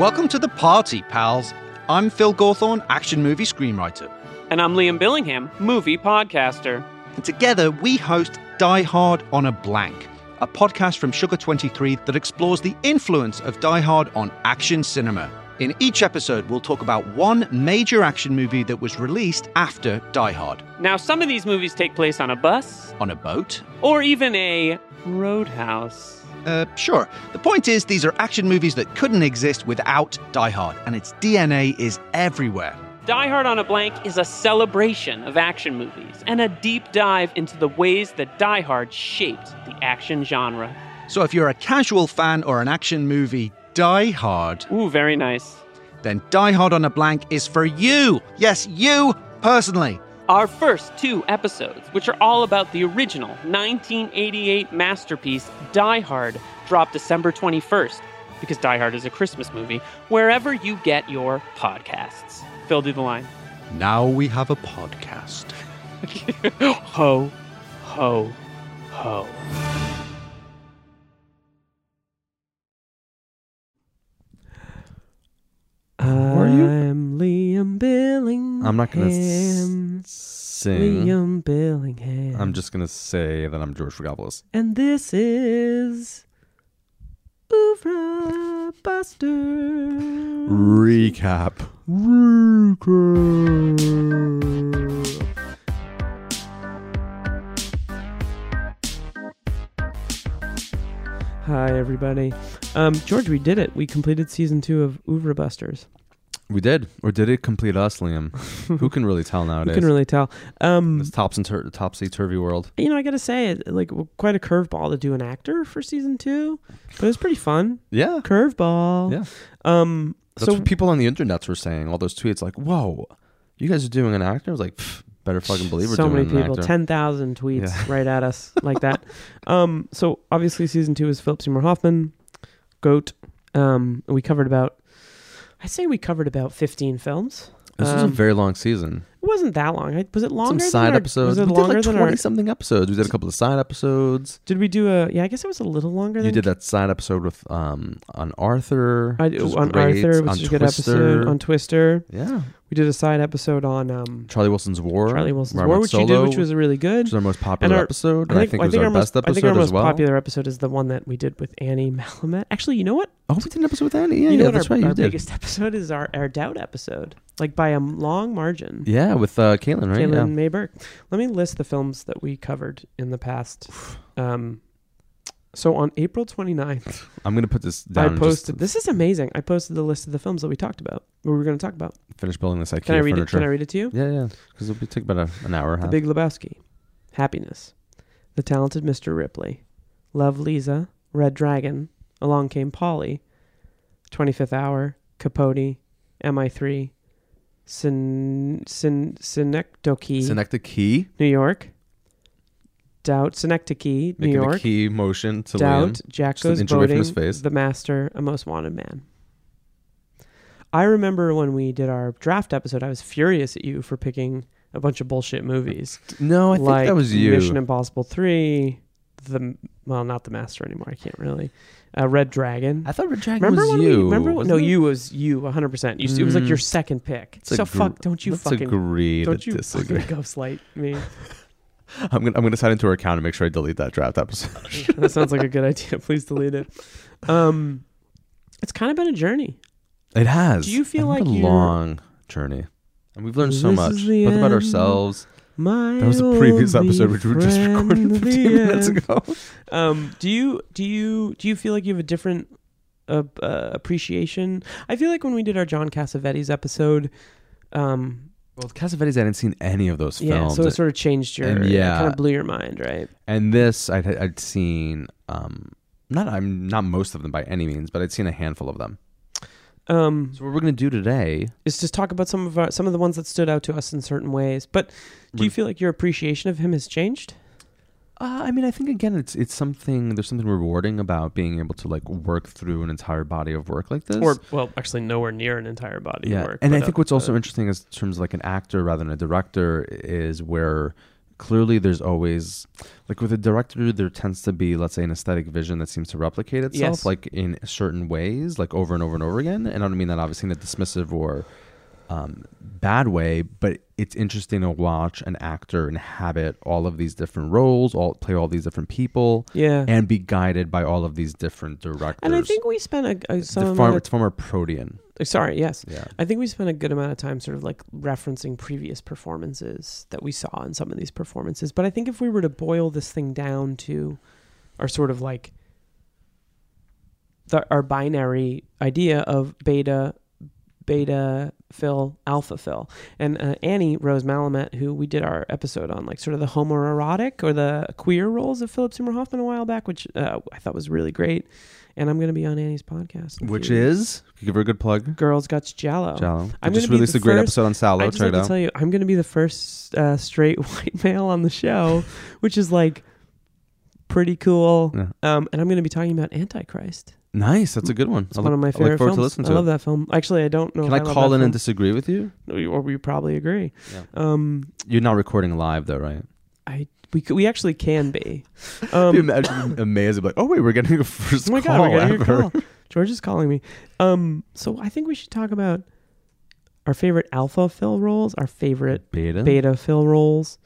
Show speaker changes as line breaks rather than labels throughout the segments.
Welcome to the party, pals. I'm Phil Gawthorne, action movie screenwriter.
And I'm Liam Billingham, movie podcaster.
And together we host Die Hard on a Blank, a podcast from Sugar23 that explores the influence of Die Hard on action cinema. In each episode, we'll talk about one major action movie that was released after Die Hard
Now, some of these movies take place on a bus
on a boat.
or even a roadhouse.
Uh, sure. The point is, these are action movies that couldn't exist without Die Hard, and its DNA is everywhere.
Die Hard on a Blank is a celebration of action movies and a deep dive into the ways that Die Hard shaped the action genre.
So if you're a casual fan or an action movie Die Hard,
Ooh, very nice.
then Die Hard on a Blank is for you. Yes, you personally.
Our first two episodes, which are all about the original 1988 masterpiece Die Hard, drop December 21st, because Die Hard is a Christmas movie, wherever you get your podcasts. Phil, do the line.
Now we have a podcast.
ho, ho, ho.
Were you-
I'm Liam Billingham.
I'm not gonna s- sing.
Liam Billingham.
I'm just gonna say that I'm George Fragopoulos.
And this is Ouvra Buster.
Recap. Recap.
Hi, everybody. Um, George, we did it. We completed season two of Ouvra Busters.
We did, or did it complete us, Liam? Who can really tell
You
nowadays?
can really tell. Um,
this tops and tur- topsy turvy world.
you know, I gotta say, it like w- quite a curveball to do an actor for season two, but it was pretty fun.
Yeah,
Curveball.
yeah.
Um.
That's
so
what people on the internets were saying. All those tweets, like, "Whoa, you guys are doing an actor." I was like, "Pff, "Better fucking believe we're
so
doing
many
an
people,
actor."
ten thousand tweets
Yeah.
right at us like that. Um. So obviously, season two is Philip Seymour Hoffman, goat. Um. We covered about. I say we covered about fifteen films.
this was a
um,
very long season.
It wasn't that long. I, was it
Some
longer? than
side
our,
episodes.
Was it
we
longer
did like
than
twenty
our?
something episodes. We did a couple of side episodes.
Did we do a? Yeah, I guess it was a little longer.
You
than
did that side episode with um on Arthur.
I,
which was
on
great,
Arthur, which
on
is a good episode.
Twister.
On Twister,
yeah,
we did a side episode on um,
Charlie Wilson's War.
Charlie Wilson's
where I
War,
went
which you
solo,
did, which was really good.
which is our most popular
our-
episode. and I think, it was our,
most,
best episode
I think our
as
most
well.
popular episode is the one that we did with Annie Malamet. Actually, you know what?
Oh, we did an episode with Annie. Yeah,
you know
yeah
what
that's
our,
right.
our
You did.
biggest episode is our, our doubt episode, like by a long margin.
Yeah, with uh, Caitlin, right?
Caitlin
yeah.
May Burke. Let me list the films that we covered in the past. Um, so on April 29th,
I'm gonna put this
I
down.
posted.
And
This is amazing. I posted the list of the films that we talked about. What we were going to talk about.
just finish building this IKEA
Can I read
furniture.
it? Can I read it to you?
Yeah, yeah. Because it'll be, take about a, an hour. and a
The
half.
Big Lebowski, Happiness, The Talented Mr. Ripley, Love Lisa, Red Dragon, Along Came Polly, 25th Hour, Capote, MI3, Sin, Sin, Synecdoche,
Synecdoche, key,
New York, Doubt, Synecdoche, New
making
York,
a key motion to
Doubt,
Liam.
Jack
Just an
Goes
inch away from
Boating,
his face.
The Master, A Most Wanted Man. I remember when we did our draft episode, I was furious at you for picking a bunch of bullshit movies
No, I think
like
that was you.
Mission Impossible Three, the well, not the Master anymore. I can't really. Uh, Red Dragon.
I thought Red Dragon
remember
was
when
you.
we? Remember when,
wasn't
no,
it?
you was you 100. percent You it was like your
Mm.
second pick.
It's a
so
gr-
fuck, don't you
Let's
fucking
agree to
don't you fucking
disagree.
ghostlight me?
I'm gonna I'm gonna sign into her account and make sure I delete that draft episode.
that sounds like a good idea. Please delete it. Um, it's kind of been a journey.
It has.
Do you feel
It's been
like
a
you're-
long journey? And we've learned so
This
much,
is the
both about
end.
ourselves.
My
That was a previous
only
episode which we just
friend,
recorded
the
15 minutes
end.
ago.
um do you do you do you feel like you have a different uh, uh, appreciation i feel like when we did our john cassavetes episode um
Well, Cassavetes, I hadn't seen any of those
yeah
films,
so it sort of changed your
and
yeah
yeah.
kind of blew your mind right
and this I'd, I'd seen. Um, not I'm not most of them by any means, but I'd seen a handful of them.
um
So what we're gonna do today?
is just talk about some of our some of the ones that stood out to us in certain ways but do you
Re-
feel like your appreciation of him has changed
Uh, I mean, I think again, it's it's something. There's something rewarding about being able to like work through an entire body of work like this,
or well actually nowhere near an entire body of work
And
but
I
a-
think what's also
a-
interesting is in terms of like an actor rather than a director is where clearly there's always like with a director there tends to be let's say an aesthetic vision that seems to replicate itself
Yes.
like in certain ways like over and over and over again and i don't mean that obviously in a dismissive or um, bad way but it's interesting to watch an actor inhabit all of these different roles all play all these different people
Yeah.
and be guided by all of these different directors
And I think we spent a, a some
the
amount
farm,
of
it's former protean
Uh, Sorry, yes.
Yeah.
I think we spent a good amount of time sort of like referencing previous performances that we saw in some of these performances. But I think if we were to boil this thing down to our sort of like the, our binary idea of beta, beta fill, alpha fill. And uh, Annie Rose Malamet, who we did our episode on, like sort of the homoerotic or the queer roles of Philip Seymour Hoffman a while back, which uh, I thought was really great. And I'm going to be on Annie's podcast. in a
which
few weeks.
is give her a good plug
Girls Got Jello.
Jalo. i
I'm
just
gonna be
released
the
a great
first-
episode on Sallow.
I just
Check
have
it
to
out.
tell you, I'm going to be the first uh, straight white male on the show, which is like pretty cool.
Yeah.
Um, and I'm going to be talking about Antichrist.
Nice. That's a good one.
It's
I
one
look- I
of my
look
favorite
forward
films.
to listening to
I love
it.
that film. Actually, I don't know.
Can
if
I
love
call
that
in and
film.
disagree with you?
or we probably agree.
Yeah.
Um,
You're not recording live though, right?
we c- we actually can be. Um,
imagine amazing. Like, oh wait, we're getting a first
oh my god,
call
we're getting a
ever.
call. George is calling me. Um, so I think we should talk about our favorite alpha fill roles, our favorite
Beta.
beta fill roles,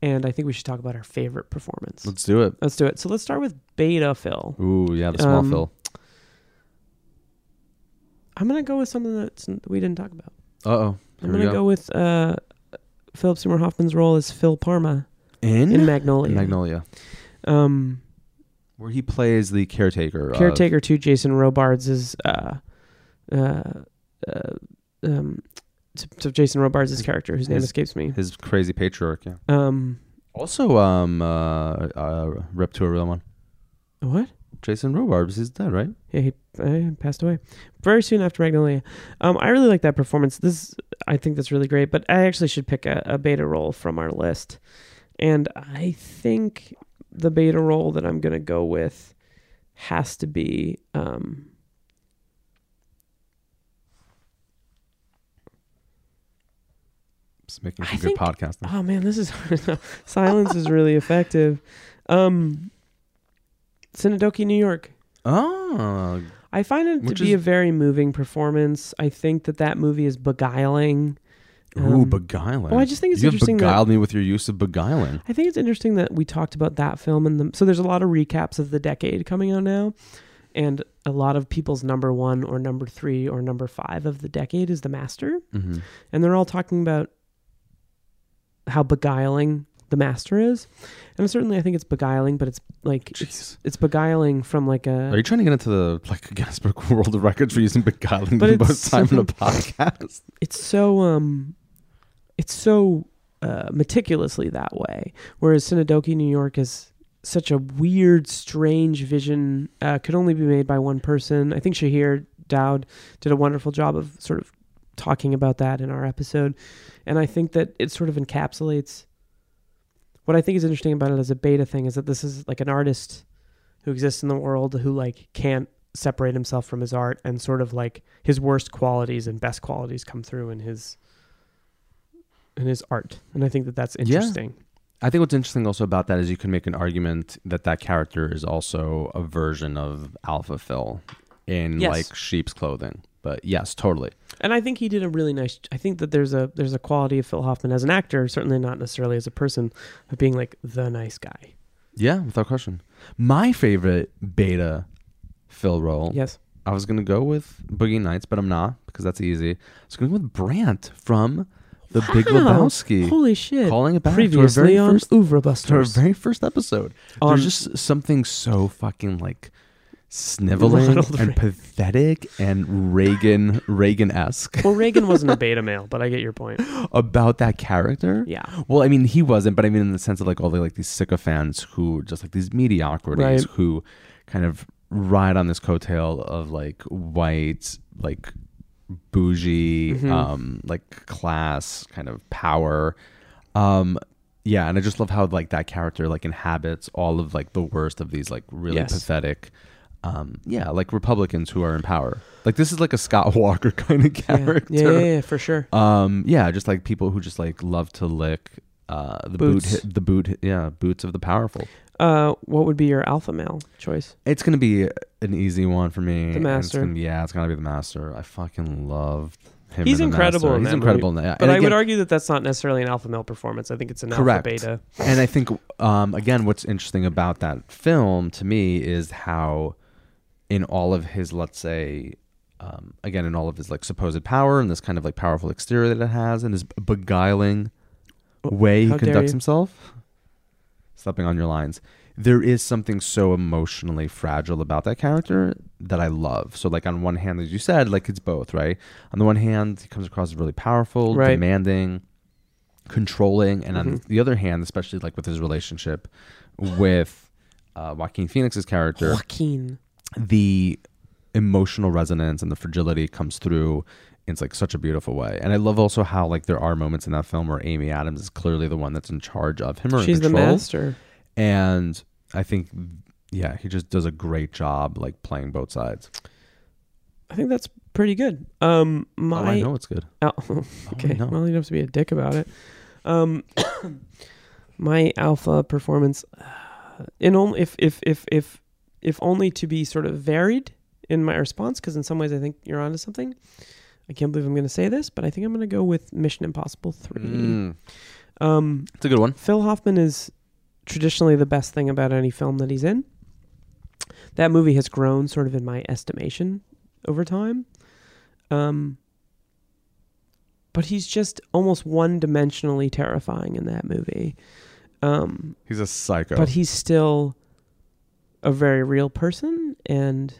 and I think we should talk about our favorite performance.
Let's do it.
Let's do it. So let's start with beta fill.
Ooh, yeah, the small
Um,
fill.
I'm gonna go with something that's, that we didn't talk about.
Uh oh.
I'm gonna go. with uh, Philip Seymour Hoffman's role as Phil Parma
in,
in
Magnolia.
Magnolia. Um,
where he plays the caretaker. of-
caretaker to Jason Robards is uh, uh, uh, um, to, to Jason Robards' his character, whose name
His-
escapes me.
his crazy patriarch. Yeah.
Um,
Also, um, uh, uh, rep to a real one.
what?
Jason Robards is dead, right?
Yeah, he uh, passed away very soon after Magnolia. Um, I really like that performance. This, I think, that's really great. But I actually should pick a, a beta role from our list, and I think the beta role that I'm gonna go with has to be. Um,
Just making
I
some good
think-
podcasting.
oh man, this is silence is really effective. Um, Sinidoki, New York.
Oh,
I find it
Which
to be
is-
a very moving performance. I think that that movie is beguiling.
ooh,
Um,
beguiling.
well, I just think it's
you
interesting
have
that-
beguiled me with your use of beguiling.
I think it's interesting that we talked about that film and the, so there's a lot of recaps of the decade coming out now, and a lot of people's number one or number three or number five of the decade is The Master,
Mm-hmm.
and they're all talking about how beguiling The Master is, and certainly I think it's beguiling, but it's like it's, it's beguiling from like
Are
a
you trying to get into the like Guinness Book World Records for using beguiling
But
the
it's-
most time in a podcast?
it's so um it's so uh, meticulously that way. Whereas Sinidoki, New York is such a weird, strange vision, uh, could only be made by one person. I think Shahir Dowd did a wonderful job of sort of talking about that in our episode. And I think that it sort of encapsulates what I think is interesting about it as a beta thing is that this is like an artist who exists in the world who like can't separate himself from his art and sort of like his worst qualities and best qualities come through in his in his art and i think that that's interesting
I think what's interesting also about that is you can make an argument that that character is also a version of Alpha Phil in
Yes.
like sheep's clothing. But yes, totally.
and i think he did a really nice i think that there's a there's a quality of phil hoffman as an actor certainly not necessarily as a person of being like the nice guy
Yeah, without question. My favorite beta Phil role.
yes
I was gonna go with Boogie Nights, but I'm not because that's easy. I was going with Brandt from The Big
Wow.
Lebowski.
holy shit
Calling it back to our
previously
very
on
first
Ouvre
to our
Busters.
very first episode.
On-
There's just something so fucking like sniveling
Ronald
and
Reagan.
pathetic and Reagan Reagan esque
well reagan wasn't a beta male but i get your point
about that character.
yeah
Well, I mean, he wasn't, but I mean, in the sense of like all the like these sycophants who just like these mediocrities
Right.
who kind of ride on this coattail of like white, like bougie,
Mm-hmm.
um, like class kind of power. Um, yeah, and I just love how like that character like inhabits all of like the worst of these like really
Yes.
pathetic. Um, yeah, like Republicans who are in power. Like this is like a Scott Walker kind of
yeah.
character Uh,
yeah yeah yeah for sure
um yeah just like people who just like love to lick uh, the
Boots.
boot, the boot, yeah, boots of the powerful.
Uh, what would be your alpha male choice?
It's gonna be an easy one for me. and it's
Master.
gonna be- yeah, it's gonna be the master. I fucking love him.
He's
in The
incredible
Master.
in
He's
that
incredible. in that.
But
And
I would
again-
argue that that's not necessarily an alpha male performance. I think it's an
Correct.
alpha beta.
and I think um, again, what's interesting about that film to me is how, in all of his, let's say, um, again, in all of his like supposed power and this kind of like powerful exterior that it has, and his beguiling way he
Oh, how dare
conducts
you.
himself, stepping on your lines, there is something so emotionally fragile about that character that I love. So, like on one hand, as you said, like it's both, right? On the one hand, he comes across as really powerful,
Right.
demanding controlling and on
Mm-hmm.
the other hand especially like with his relationship with uh, joaquin phoenix's character
Joaquin.
the emotional resonance and the fragility comes through in like such a beautiful way and i love also how like there are moments in that film where amy adams is clearly the one that's in charge of him or
She's
in
the
control.
master.
and i think yeah he just does a great job like playing both sides
I think that's pretty good. Um,
oh,
my
i know it's good Oh,
Al- okay.
know.
Well, you don't have to be a dick about it. Um, my alpha performance, uh, in only if if if if if only to be sort of varied in my response, because in some ways I think you're onto something. I can't believe I'm going to say this, but I think I'm going to go with Mission Impossible Three.
Mm.
Um,
it's a good one
Phil Hoffman is traditionally the best thing about any film that he's in. That movie has grown sort of in my estimation over time. Um, but he's just almost one dimensionally terrifying in that movie. Um,
he's a psycho
but he's still a very real person and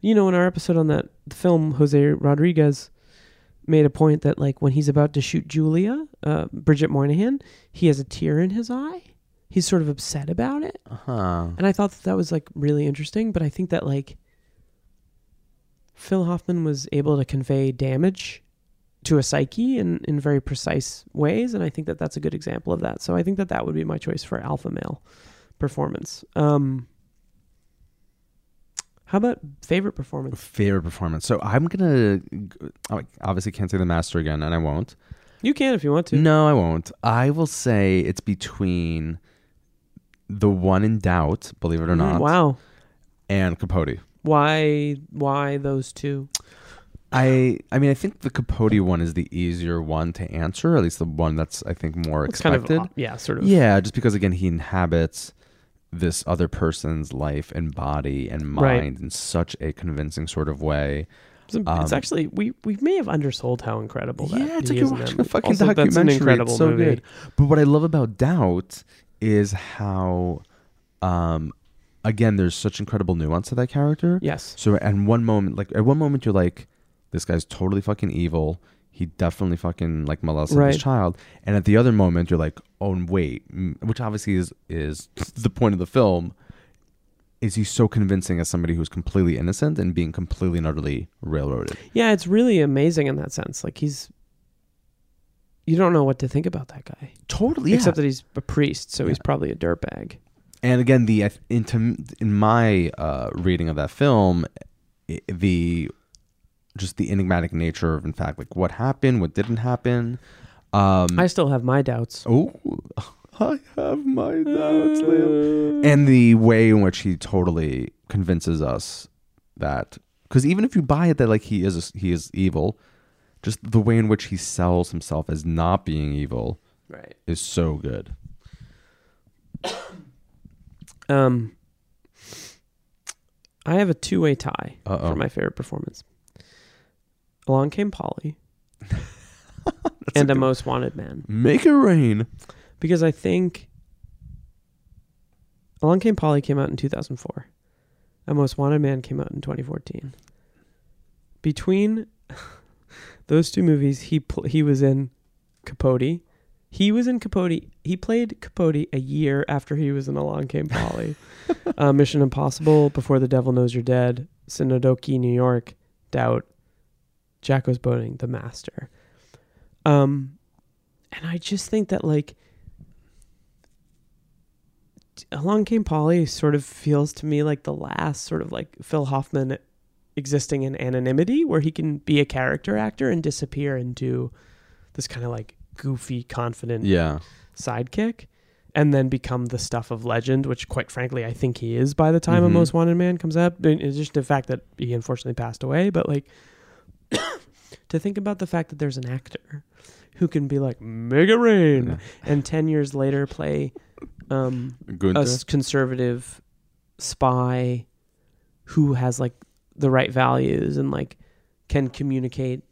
you know in our episode on that film jose rodriguez made a point that like when he's about to shoot julia uh, bridget moynihan he has a tear in his eye he's sort of upset about it
uh-huh.
and i thought that that was like really interesting but i think that like phil hoffman was able to convey damage to a psyche in, in very precise ways and i think that that's a good example of that so i think that that would be my choice for alpha male performance um how about favorite performance
favorite performance. So I'm gonna I obviously can't say the master again, and I won't.
you can if you want to
No, I won't. I will say it's between the one in doubt, believe it or not,
Mm, wow
and Capote.
why why those two
I I mean I think the Capote one is the easier one to answer, at least the one that's I think more
it's kind
expected.
of yeah sort of
Yeah, just because again he inhabits this other person's life and body and mind
Right.
in such a convincing sort of way.
It's, it's actually we we may have undersold how incredible that.
Um, Yeah, it's
he
like you're
is
watching
in that
a
movie.
fucking
Also,
documentary.
That's an incredible
it's so
movie.
good. But what I love about Doubt is how, um, again, there's such incredible nuance to that character.
Yes,
So at one moment, like at one moment, you're like, this guy's totally fucking evil. He definitely fucking like molested
Right.
his child. And at the other moment, you're like, oh and wait, Mm, which obviously is is the point of the film. Is he so convincing as somebody who's completely innocent and being completely and utterly railroaded?
yeah, it's really amazing in that sense. Like he's, you don't know what to think about that guy,
Totally,
except that he's a priest, so he's
Yeah.
probably a dirtbag.
and again the I th- in, to, in my uh, reading of that film i the just the enigmatic nature of in fact like what happened what didn't happen um
I still have my doubts.
oh i have my doubts Liam. and the way in which he totally convinces us that because even if you buy it that like he is he is evil just the way in which he sells himself as not being evil
Right.
is so good
Um, I have a two-way tie
Uh-oh.
for my favorite performance. Along came Polly, and a most wanted man.
make it rain
because I think Along Came Polly came out in 2004. A Most Wanted Man came out in 2014. Between those two movies, he pl- he was in Capote. He was in Capote. He played Capote a year after he was in Along Came Polly. uh, Mission Impossible, Before the Devil Knows You're Dead, Sinodoki, New York, Doubt, Jacko's Boating, The Master. Um, and I just think that like Along Came Polly sort of feels to me like the last sort of like Phil Hoffman existing in anonymity where he can be a character actor and disappear and do this kind of like goofy, confident
Yeah.
sidekick and then become the stuff of legend, which quite frankly I think he is by the time
Mhm.
a Most Wanted Man comes up. In in addition to the fact that he unfortunately passed away, but like to think about the fact that there's an actor who can be like make it rain
Yeah.
and ten years later play um, a
Gunther.
s- conservative spy who has like the right values and like can communicate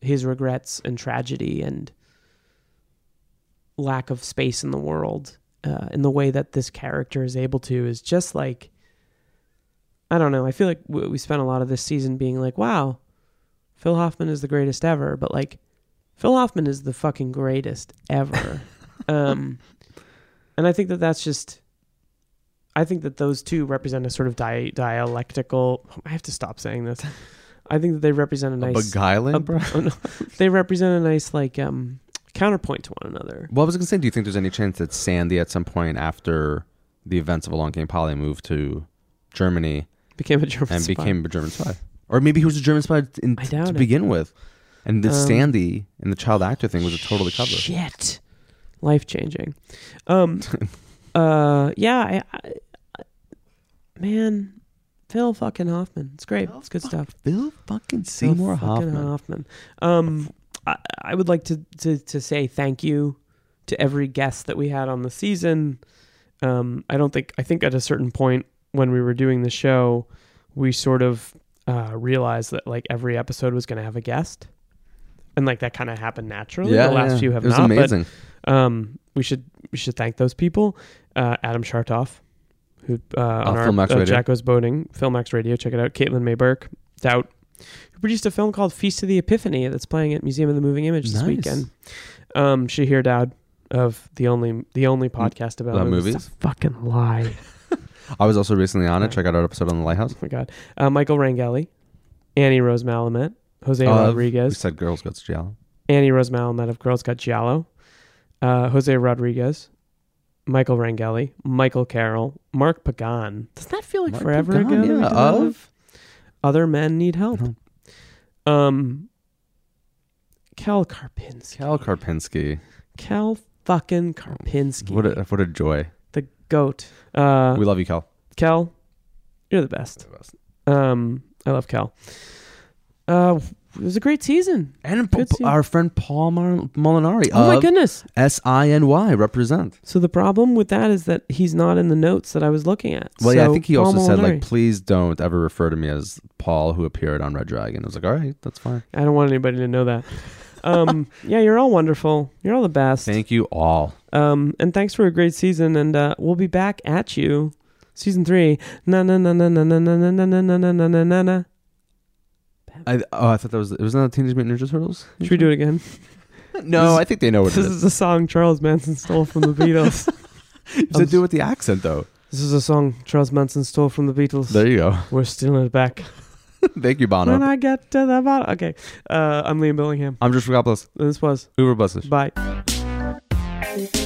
his regrets and tragedy and lack of space in the world uh, in the way that this character is able to is just like I don't know. I feel like we we spent a lot of this season being like, "Wow, Phil Hoffman is the greatest ever," but like, Phil Hoffman is the fucking greatest ever. um, and I think that that's just. I think that those two represent a sort of di- dialectical. I have to stop saying this. I think that they represent a
A
nice.
beguiling,
a-
bro?
oh, no. they represent a nice like um, counterpoint to one another.
Well, I was gonna say, do you think there's any chance that Sandy, at some point after the events of a long game Polly, moved to Germany
Became a German
and
spy.
became a German spy, or maybe he was a German spy in,
I doubt
to
it.
begin with, and the
Um,
Sandy and the child actor thing was a totally cover.
Shit, life changing. Um, uh, yeah, I, I, I- man, Phil fucking Hoffman. It's great. it's good stuff.
Bill fucking
Phil
Seymour
fucking
Hoffman.
Hoffman. Um, I, I would like to, to to say thank you to every guest that we had on the season. Um, I don't think I think at a certain point when we were doing the show, we sort of uh, realized that like every episode was going to have a guest, and like that kind of happened naturally. the last few have
it was
not. But
amazing.
um, we should we should thank those people. Uh, Adam Shartoff, who uh, on our
Oh, Film X
uh,
Radio.
Jacko's Boating, Filmax Radio, check it out. Caitlin Mayberg, Doubt, who produced a film called Feast of the Epiphany that's playing at Museum of the Moving Image this
Nice.
weekend. Um, Shahir Dowd of the only the only podcast about
Mm, about
movies.
movies?
It's a fucking lie.
I was also recently on it. Check out our episode on the Lighthouse.
oh my god. Uh, Michael Rangelli, Annie Rose Malamet, Jose
Of- We
Rodriguez,
said girls go to jail.
Annie Rose Malamet of Girls Got Giallo, uh, Jose Rodriguez, Michael Rangelli, Michael Carroll, Mark Pagan. Does that feel like
Mark
forever
Pagan,
ago? that we
yeah,
did that
of- Uh-huh.
one? Other Men Need Help.
No.
Um, Cal Karpinski.
Cal Karpinski.
Cal fucking Karpinski.
What a what a joy.
the goat. Uh,
We love you, Cal.
Cal, you're the best. Um, I love Cal. Uh, it was a great season.
And p-
Good
p-
seeing-
our friend Paul Mar- Molinari.
Oh my
of
goodness.
S I N Y represent.
So the problem with that is that he's not in the notes that I was looking at.
Well, yeah, I
So
think he
Paul
also said like,
Molinari.
please don't ever refer to me as Paul who appeared on Red Dragon. I was like, all right, that's fine.
I don't want anybody to know that. Um, yeah, you're all wonderful. You're all the best.
Thank you all.
Um, and thanks for a great season. And uh, we'll be back at you, season three. Na na na na na na na na na na na na na na na.
I oh, I thought that was it was not Teenage Mutant Ninja Turtles.
Should we do it again?
No, I think they know what
This
it is.
is a song Charles Manson stole from the Beatles.
You said do it with the accent though.
This is a song Charles Manson stole from the Beatles.
There you go.
We're stealing it back.
Thank you, Bono.
When I get to the bottom. Okay. Uh, I'm Liam Billingham.
I'm just Rogopoulos.
This was
Uber Bussish.
Bye.
Thank you.